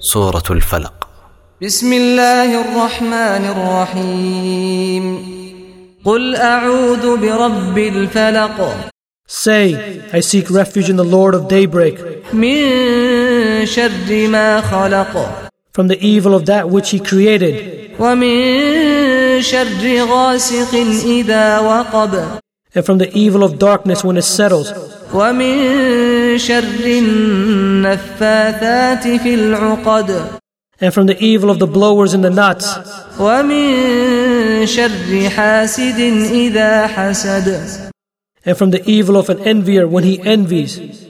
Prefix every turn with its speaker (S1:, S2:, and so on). S1: سورة الفلق
S2: بسم الله الرحمن الرحيم قل أعوذ برب الفلق
S3: Say, I seek refuge in the Lord of daybreak,
S2: من شر ما خلق
S3: from the evil of that which he created,
S2: ومن شر غاسق إذا وقب
S3: and from the evil of darkness when it settles,
S2: ومن شر النفاثات في العقد
S3: and from the evil of the blowers in the knots,
S2: ومن شر حاسد إذا حسد
S3: and from the evil of an envier when he envies.